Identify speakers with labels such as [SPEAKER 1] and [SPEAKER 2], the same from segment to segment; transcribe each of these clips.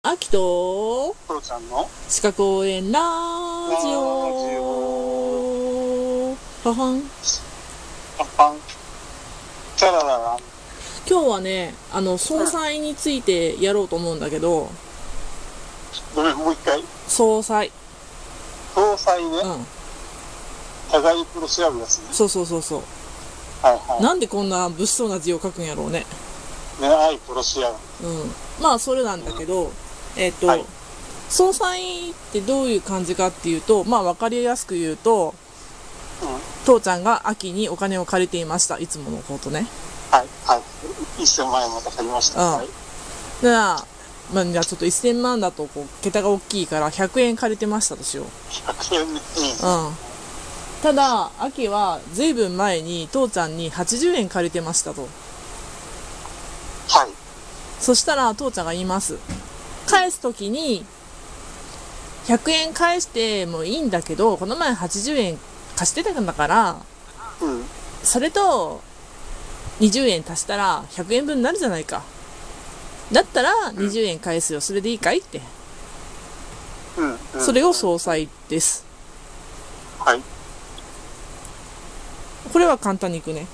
[SPEAKER 1] 秋と
[SPEAKER 2] コロちゃんの
[SPEAKER 1] 四角応援ラジオははん
[SPEAKER 2] パンパン。チャラララン。
[SPEAKER 1] 今日はねあの総裁についてやろうと思うんだけど
[SPEAKER 2] ごめん、もう一回。
[SPEAKER 1] 総裁
[SPEAKER 2] 総裁
[SPEAKER 1] う
[SPEAKER 2] ね、
[SPEAKER 1] ん
[SPEAKER 2] 互いプロ調べですね。
[SPEAKER 1] そうそうそうそ
[SPEAKER 2] はいうは
[SPEAKER 1] なんでこんな物騒な字を書くんやろうね
[SPEAKER 2] い。ね、愛プロシア
[SPEAKER 1] うんまあそれなんだけどえっ、と、
[SPEAKER 2] はい
[SPEAKER 1] 総裁ってどういう感じかっていうとまあ分かりやすく言うと
[SPEAKER 2] うん。はい、
[SPEAKER 1] 父ちゃんが秋にお金を借りていましたいつものことね
[SPEAKER 2] はい。1000万円また借りました。
[SPEAKER 1] うん
[SPEAKER 2] はい。
[SPEAKER 1] だから、まあ、じゃあちょっと1000万だとこう桁が大きいから100円借りてましたとしよう、うん、
[SPEAKER 2] 100円ね。
[SPEAKER 1] ただ秋はずいぶん前に父ちゃんに80円借りてましたと
[SPEAKER 2] はい。
[SPEAKER 1] そしたら父ちゃんが言います返す時に100円返してもいいんだけどこの前80円貸してたんだから
[SPEAKER 2] うん。
[SPEAKER 1] それと20円足したら100円分になるじゃないかだったら20円返すよそれでいいかいって
[SPEAKER 2] うん。うん、
[SPEAKER 1] それを総裁です
[SPEAKER 2] はい。
[SPEAKER 1] これは簡単にいくね。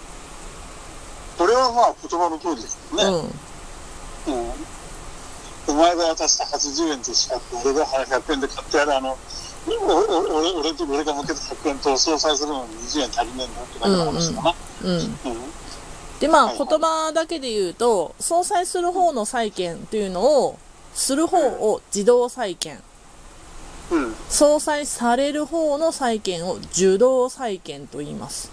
[SPEAKER 2] これはまあ言葉の通りですよね。
[SPEAKER 1] うん。
[SPEAKER 2] うん。お前が渡した80円としかって、俺が100円で買ってやる、あの、おお俺俺と俺が向けた100円と相殺するのに20円足りねえんだってだけの話だな。
[SPEAKER 1] うん。
[SPEAKER 2] うん。
[SPEAKER 1] で、まあ、
[SPEAKER 2] はい
[SPEAKER 1] 言
[SPEAKER 2] はい
[SPEAKER 1] 葉だけで言うと、総裁する方の債権というのを、する方を自動債権。
[SPEAKER 2] うん。うん
[SPEAKER 1] 総裁される方の債権を受動債権と言います。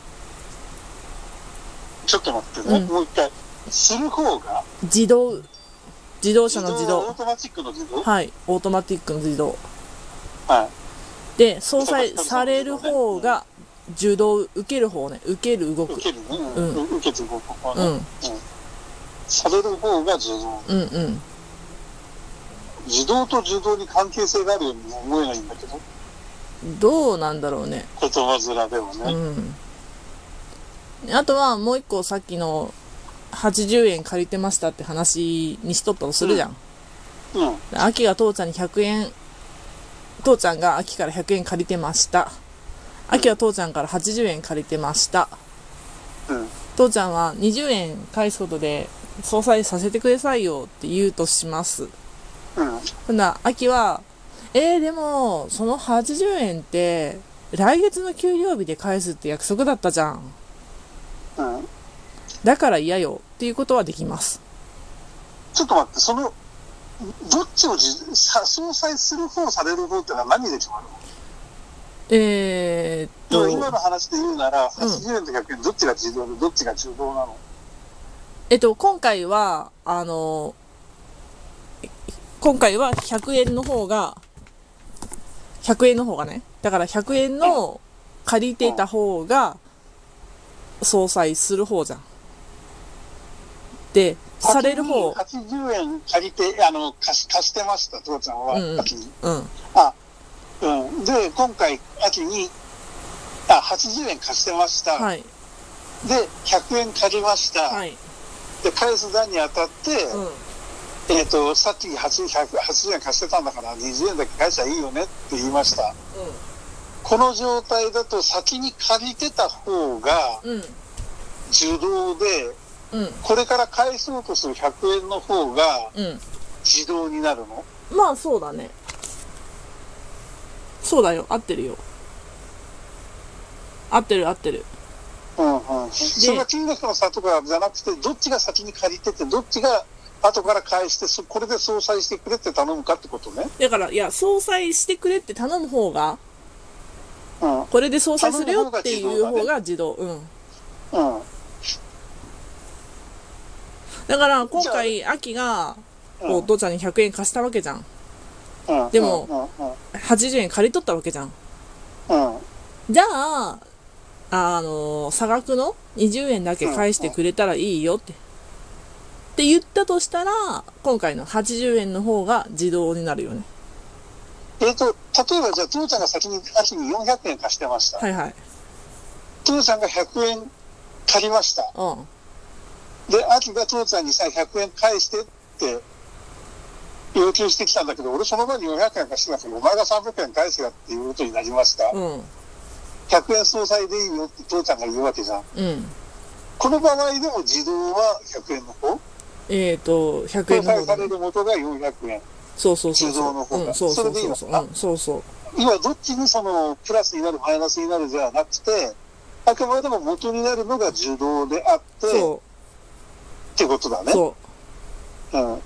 [SPEAKER 2] ちょっと待ってね、
[SPEAKER 1] うん
[SPEAKER 2] もう一回。する方が、
[SPEAKER 1] 自動。自動車の自
[SPEAKER 2] 自動オー
[SPEAKER 1] 動。
[SPEAKER 2] トマチックの自動、
[SPEAKER 1] はい。オートマティックの自動。
[SPEAKER 2] はい、
[SPEAKER 1] で、総裁される方が、受動、受ける方ね。受ける動く
[SPEAKER 2] 受。けるね、
[SPEAKER 1] ん
[SPEAKER 2] うん、受けて動く方
[SPEAKER 1] う
[SPEAKER 2] ね、
[SPEAKER 1] ん。
[SPEAKER 2] うんされる方が自動。
[SPEAKER 1] うんうん。
[SPEAKER 2] 自動と自動に関係性があるようにも思えないんだけど、
[SPEAKER 1] どうなんだろうね。
[SPEAKER 2] 言葉面ではね。
[SPEAKER 1] うん、あとはもう一個さっきの80円借りてましたって話にしとったとするじゃん、
[SPEAKER 2] うん、うん、
[SPEAKER 1] 秋が父ちゃんに100円父ちゃんが秋から100円借りてました秋は父ちゃんから80円借りてました父ちゃんは20円返すことで総裁させてくださいよって言うとします
[SPEAKER 2] うん、
[SPEAKER 1] ほんなら秋はえー、でもその80円って来月の給料日で返すって約束だったじゃん
[SPEAKER 2] うん。
[SPEAKER 1] だから嫌よっていうことはできます。
[SPEAKER 2] ちょっと待って、その、どっちを自さ総裁する方、される方ってのは何で決まるの
[SPEAKER 1] えー、っ
[SPEAKER 2] 要は今
[SPEAKER 1] と、
[SPEAKER 2] の話で言うなら、
[SPEAKER 1] うん
[SPEAKER 2] 80円と100円、どっちが自動で、どっちが自動なの
[SPEAKER 1] えっと、今回は、あの、今回は100円の方が、100円の方がね、だから100円の借りていた方が、相殺する方じゃん。で、される方、
[SPEAKER 2] 先に80円借りて、あの、貸し貸してました、父ちゃんは、
[SPEAKER 1] うんうん
[SPEAKER 2] 秋に。
[SPEAKER 1] うん、
[SPEAKER 2] あ、うん。で、今回、秋に、あ、80円貸してました。
[SPEAKER 1] はい、
[SPEAKER 2] で、100円借りました。
[SPEAKER 1] はい、
[SPEAKER 2] で、返す段に当たって、
[SPEAKER 1] うん、
[SPEAKER 2] えっ、と、さっき80 100 80円貸してたんだから、20円だけ返したらいいよねって言いました。この状態だと、先に借りてた方が、
[SPEAKER 1] うん、うん、
[SPEAKER 2] 受動で、
[SPEAKER 1] うん、
[SPEAKER 2] これから返そうとする100円の方が、
[SPEAKER 1] うん。
[SPEAKER 2] 自動になるの
[SPEAKER 1] まあそうだね。そうだよ、合ってるよ。合ってる合ってる。
[SPEAKER 2] うんうんそれが金額の差とかじゃなくて、どっちが先に借りてて、どっちが後から返して、そこれで相殺してくれって頼むかってことね。
[SPEAKER 1] だから、いや、総裁してくれって頼む方が、
[SPEAKER 2] うん。うん。
[SPEAKER 1] これで総裁するよっていう方が自動。うん。だから、今回、秋が、こ
[SPEAKER 2] う
[SPEAKER 1] う、父ちゃんに100円貸したわけじゃん。
[SPEAKER 2] うん
[SPEAKER 1] でも、80円借り取ったわけじゃん。
[SPEAKER 2] うん。うん。うん
[SPEAKER 1] じゃあ、あの差額の20円だけ返してくれたらいいよって。って言ったとしたら、今回の80円の方が自動になるよね。
[SPEAKER 2] えっ、と、例えばじゃあ、父ちゃんが先に、秋に400円貸してました。
[SPEAKER 1] はいはい。
[SPEAKER 2] 父ちゃんが100円借りました。
[SPEAKER 1] うん。
[SPEAKER 2] で、秋が父ちゃんにさ、100円返してって要求してきたんだけど、俺その前に400円貸してたから、お前が300円返せやっていうことになりました。
[SPEAKER 1] うん
[SPEAKER 2] 100円総裁でいいよって父ちゃんが言うわけじゃん。
[SPEAKER 1] うん
[SPEAKER 2] この場合でも自動は100円の方、
[SPEAKER 1] えっ、ー、と100
[SPEAKER 2] 相
[SPEAKER 1] 円の
[SPEAKER 2] 殺
[SPEAKER 1] 方
[SPEAKER 2] さ
[SPEAKER 1] だ
[SPEAKER 2] れ
[SPEAKER 1] ね
[SPEAKER 2] る元が400円。
[SPEAKER 1] そうそうそう
[SPEAKER 2] 地蔵の
[SPEAKER 1] そ
[SPEAKER 2] 方
[SPEAKER 1] うう
[SPEAKER 2] が
[SPEAKER 1] んそうそうそうそ
[SPEAKER 2] それ
[SPEAKER 1] う
[SPEAKER 2] でいいのか
[SPEAKER 1] うんそうそう
[SPEAKER 2] 今どっちにそのプラスになるマイナスになるじゃなくて、あくまでも元になるのが受動であって、っ
[SPEAKER 1] そ
[SPEAKER 2] てことだ
[SPEAKER 1] う
[SPEAKER 2] ね。
[SPEAKER 1] そ
[SPEAKER 2] うん。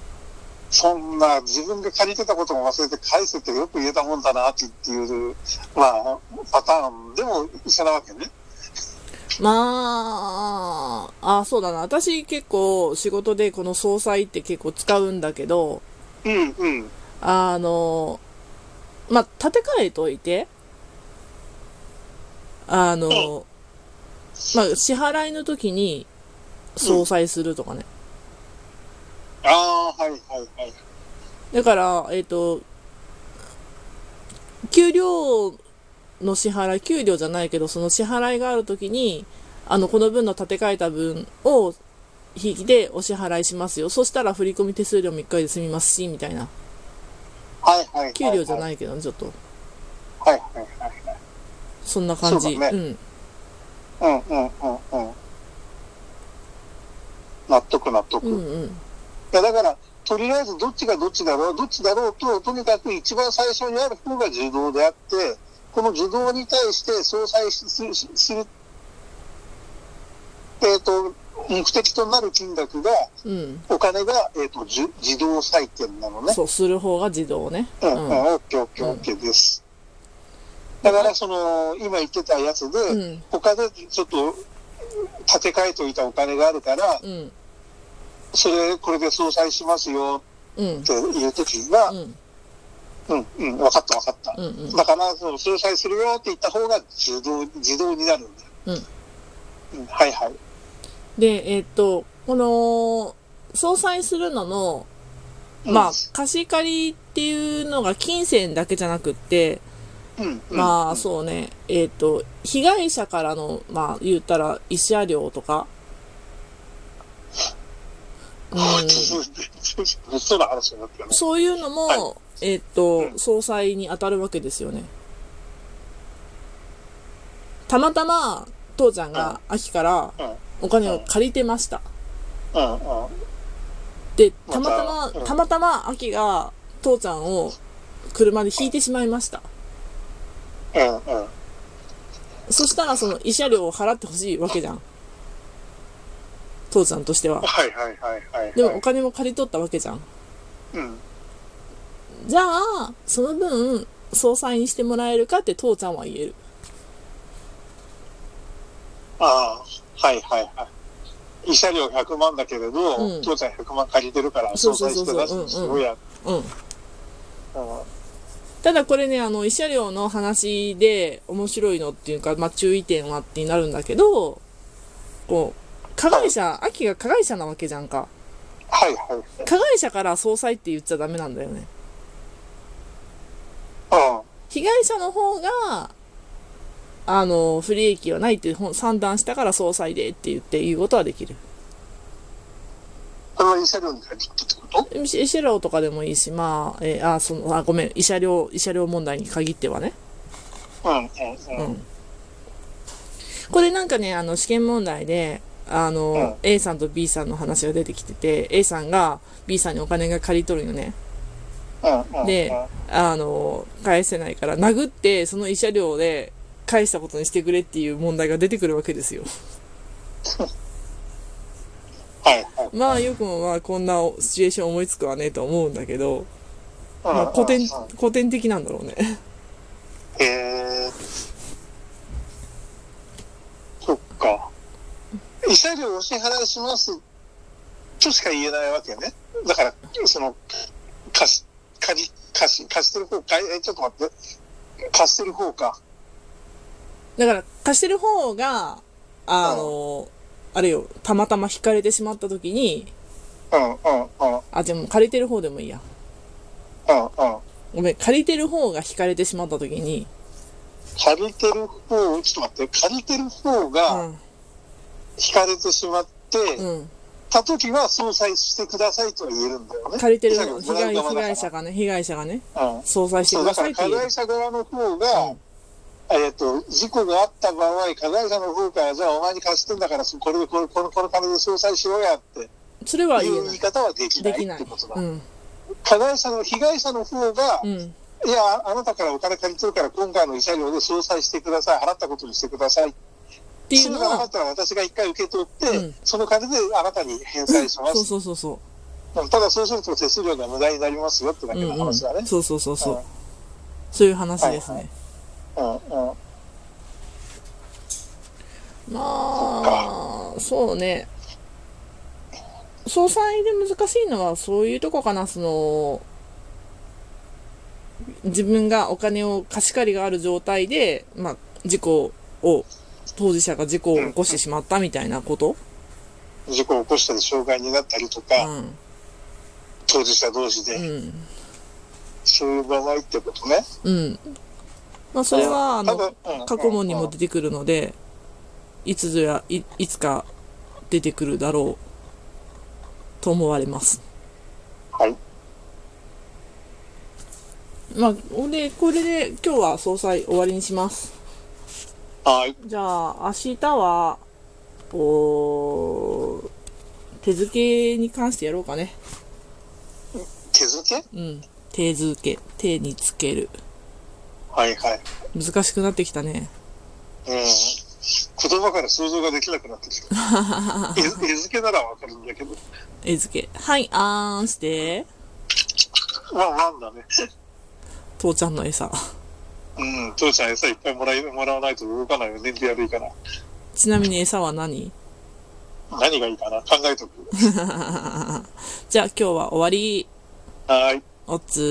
[SPEAKER 2] そんな自分が借りてたことも忘れて返せってよく言えたもんだなっていう、まあ、パターンでも一緒なわけね。
[SPEAKER 1] うまああそうだな私結構仕事でこの総裁って結構使うんだけど
[SPEAKER 2] うんうん。
[SPEAKER 1] あのまあ立て替えといてあのまあ支払いの時に総裁するとかね
[SPEAKER 2] ああ、はいはいはい。
[SPEAKER 1] だから、えっ、と、給料の支払い、給料じゃないけど、その支払いがあるときに、あの、この分の立て替えた分を引きでお支払いしますよ。そしたら振込手数料3日で済みますし、みたいな。
[SPEAKER 2] はいはいはい、はい。。
[SPEAKER 1] 給料じゃないいけど、ちょっと、
[SPEAKER 2] はいはいはい。
[SPEAKER 1] そんな感じ。
[SPEAKER 2] そうだね
[SPEAKER 1] ん。
[SPEAKER 2] うんうんうんうん。納得納得。
[SPEAKER 1] う
[SPEAKER 2] い
[SPEAKER 1] んうん。
[SPEAKER 2] やだから、とりあえずどっちがどっちだろう、どっちだろうと、とにかく一番最初にある方が受動であって、この受動に対して相殺しするしする、えっ、と、目的となる金額が、
[SPEAKER 1] うん。
[SPEAKER 2] お金が、えっ、と、じゅ自動採点なのね。
[SPEAKER 1] そう、する方が自動ね。
[SPEAKER 2] うん、う、
[SPEAKER 1] うんん。
[SPEAKER 2] オッケーオッケーオッケーです。だから、その、今言ってたやつで、
[SPEAKER 1] うん。
[SPEAKER 2] 他でちょっと立て替えといたお金があるから、
[SPEAKER 1] うん。
[SPEAKER 2] それ、これで相殺しますよ
[SPEAKER 1] うん
[SPEAKER 2] っ。ていう時は
[SPEAKER 1] う、ん。
[SPEAKER 2] うん、うん、分かった分かった。
[SPEAKER 1] うん。うん。
[SPEAKER 2] だから、その相殺するよって言った方が自動、自動になるんだよ。うん。はいはい。
[SPEAKER 1] で、えっと、この、総裁するのの、まあ、貸し借りっていうのが金銭だけじゃなくって、
[SPEAKER 2] あ、うん、うん
[SPEAKER 1] まあ、そうね、えっ、と、被害者からの、まあ、言ったら、慰謝料とか、う
[SPEAKER 2] うんん。 物騒な話になってるね。
[SPEAKER 1] そういうのも、
[SPEAKER 2] は
[SPEAKER 1] えっ、と、
[SPEAKER 2] うん
[SPEAKER 1] 総裁に当たるわけですよね。たまたま、父ちゃんが秋からお金を借りてました。
[SPEAKER 2] うん、うん、
[SPEAKER 1] で、たまたま、
[SPEAKER 2] またうん
[SPEAKER 1] たまたま秋が父ちゃんを車で引いてしまいました。
[SPEAKER 2] うん、うん。
[SPEAKER 1] そしたらその慰謝料を払ってほしいわけじゃん。父ちゃんとしては。
[SPEAKER 2] はいはいはいはい。
[SPEAKER 1] でもお、金も借り取ったわけじゃん。
[SPEAKER 2] うん。
[SPEAKER 1] じゃあ、その分、総裁にしてもらえるかって父ちゃんは言える。
[SPEAKER 2] ああ、はいはいはい。慰謝料100万だけれど、
[SPEAKER 1] うん
[SPEAKER 2] 父ちゃん100万借りてるから、
[SPEAKER 1] そう
[SPEAKER 2] 相
[SPEAKER 1] そうそう
[SPEAKER 2] 殺して
[SPEAKER 1] そう
[SPEAKER 2] 出すのすごいや。
[SPEAKER 1] うん。
[SPEAKER 2] うん
[SPEAKER 1] ただこれね、あの、慰謝料の話で面白いのっていうか、まあ、注意点はってなるんだけど、こう、加害者、秋が加害者なわけじゃんか。
[SPEAKER 2] はいはい。
[SPEAKER 1] 加害者から総裁って言っちゃダメなんだよね。
[SPEAKER 2] うん。
[SPEAKER 1] 被害者の方が、あの、不利益はないってほん算段したから総裁でって言って言うことはできる。
[SPEAKER 2] これは慰謝料に限ってってこと
[SPEAKER 1] 慰謝料とかでもいいし、まあ、えーあ、その、あ、ごめん、慰謝料、慰謝料問題に限ってはね。
[SPEAKER 2] うんうんうん。
[SPEAKER 1] これなんかね、あの、試験問題で、あの、A さんと B さんの話が出てきてて、A さんが B さんにお金が借り取るよね。
[SPEAKER 2] うんうん。
[SPEAKER 1] で、あの、返せないから、殴って、その慰謝料で返したことにしてくれっていう問題が出てくるわけですよ。
[SPEAKER 2] はいはい。
[SPEAKER 1] まあよくもまあこんなシチュエーション思いつくわねと思うんだけど、まあ、
[SPEAKER 2] ま
[SPEAKER 1] 古典古典的なんだろうね
[SPEAKER 2] へえ。そっか。慰謝料お支払いしますとしか言えないわけね。だから、その、貸し、借り、貸し、貸してる方か、え、ちょっと待って。貸してる方か。
[SPEAKER 1] だから貸してる方があのあれよたまたま引かれてしまった時に
[SPEAKER 2] うんうんうん
[SPEAKER 1] あでも借りてる方でもいいや
[SPEAKER 2] うんうん。
[SPEAKER 1] ごめん借りてる方が引かれてしまった時に、
[SPEAKER 2] 借りてる方、ちょっと待って、借りてる方
[SPEAKER 1] う
[SPEAKER 2] が
[SPEAKER 1] ん
[SPEAKER 2] 引かれてしまって、
[SPEAKER 1] うん、
[SPEAKER 2] た時は相殺してくださいとは言えるんだよね。
[SPEAKER 1] 借りてる
[SPEAKER 2] だ
[SPEAKER 1] の、
[SPEAKER 2] け
[SPEAKER 1] 被
[SPEAKER 2] ど
[SPEAKER 1] 害、
[SPEAKER 2] ブランド
[SPEAKER 1] 被
[SPEAKER 2] 側だから
[SPEAKER 1] 害者がね、被害者がね、
[SPEAKER 2] うん
[SPEAKER 1] 相殺して
[SPEAKER 2] そう
[SPEAKER 1] く
[SPEAKER 2] だ
[SPEAKER 1] だ
[SPEAKER 2] か
[SPEAKER 1] さいっ
[SPEAKER 2] ら
[SPEAKER 1] て
[SPEAKER 2] 加
[SPEAKER 1] 言う
[SPEAKER 2] 害。者側の方が、
[SPEAKER 1] うん
[SPEAKER 2] えっと事故があった場合、加害者の方から、じゃあお前に貸してんだから、そこれでこれこのこの金で相殺しろやっていう
[SPEAKER 1] それは言えな
[SPEAKER 2] 言い
[SPEAKER 1] い。
[SPEAKER 2] 方はできな
[SPEAKER 1] で
[SPEAKER 2] い
[SPEAKER 1] き
[SPEAKER 2] っ
[SPEAKER 1] ない
[SPEAKER 2] てこと。だ。
[SPEAKER 1] うん。
[SPEAKER 2] 加害者の被害者の方が、
[SPEAKER 1] う
[SPEAKER 2] い
[SPEAKER 1] ん。
[SPEAKER 2] や、ああなたからお金借りてるから、今回の慰謝料で相殺してください、払ったことにしてください
[SPEAKER 1] っていうの
[SPEAKER 2] がなか
[SPEAKER 1] は
[SPEAKER 2] っ、たら、私が一回受け取って、
[SPEAKER 1] うん
[SPEAKER 2] その金であなたに返済しま
[SPEAKER 1] そう
[SPEAKER 2] す。
[SPEAKER 1] そうそうそう。
[SPEAKER 2] ただ、そうすると手数料が無駄になりますよってだ
[SPEAKER 1] う
[SPEAKER 2] け
[SPEAKER 1] ん
[SPEAKER 2] の
[SPEAKER 1] うん、
[SPEAKER 2] 話だね。
[SPEAKER 1] そうそうそうそう
[SPEAKER 2] うん。
[SPEAKER 1] そういう話です
[SPEAKER 2] は
[SPEAKER 1] ね。
[SPEAKER 2] うんうん
[SPEAKER 1] まあ、そうね。総裁で難しいのはそういうとこかな、その、自分がお金を貸し借りがある状態で、まあ、事故を、当事者が事故を起こしてしまったみたいなこと、
[SPEAKER 2] 事故を起こしたり障害になったりと
[SPEAKER 1] う
[SPEAKER 2] か、
[SPEAKER 1] ん、
[SPEAKER 2] 当事者同士で、
[SPEAKER 1] うん、
[SPEAKER 2] そういう場合ってことね。
[SPEAKER 1] うん。まあ、それは、あ
[SPEAKER 2] 多分
[SPEAKER 1] の、
[SPEAKER 2] うん
[SPEAKER 1] 過去問にも出てくるので、いつぞや、いいつか出てくるだろう、と思われます。
[SPEAKER 2] はい。
[SPEAKER 1] まあ、ほんで、これで今日は総裁終わりにします。
[SPEAKER 2] はい。
[SPEAKER 1] じゃあ、明日は、おー手付けに関してやろうかね。
[SPEAKER 2] 手付け
[SPEAKER 1] うん。手付け。手につける。
[SPEAKER 2] はいはい。
[SPEAKER 1] 難しくなってきたね。
[SPEAKER 2] うん。言葉から想像ができなくなってき た。え餌付けならわかるんだけど。
[SPEAKER 1] 絵付け。はい、あーんして。
[SPEAKER 2] まあ、ワンだね。
[SPEAKER 1] 父ちゃんの餌。
[SPEAKER 2] うん。父ちゃん餌いっぱいもらいもらわないと動かないよ。燃費悪いから。
[SPEAKER 1] ちなみに餌は何
[SPEAKER 2] 何がいいかな考えとく。
[SPEAKER 1] じゃあ今日は終わり。
[SPEAKER 2] はい。
[SPEAKER 1] おつー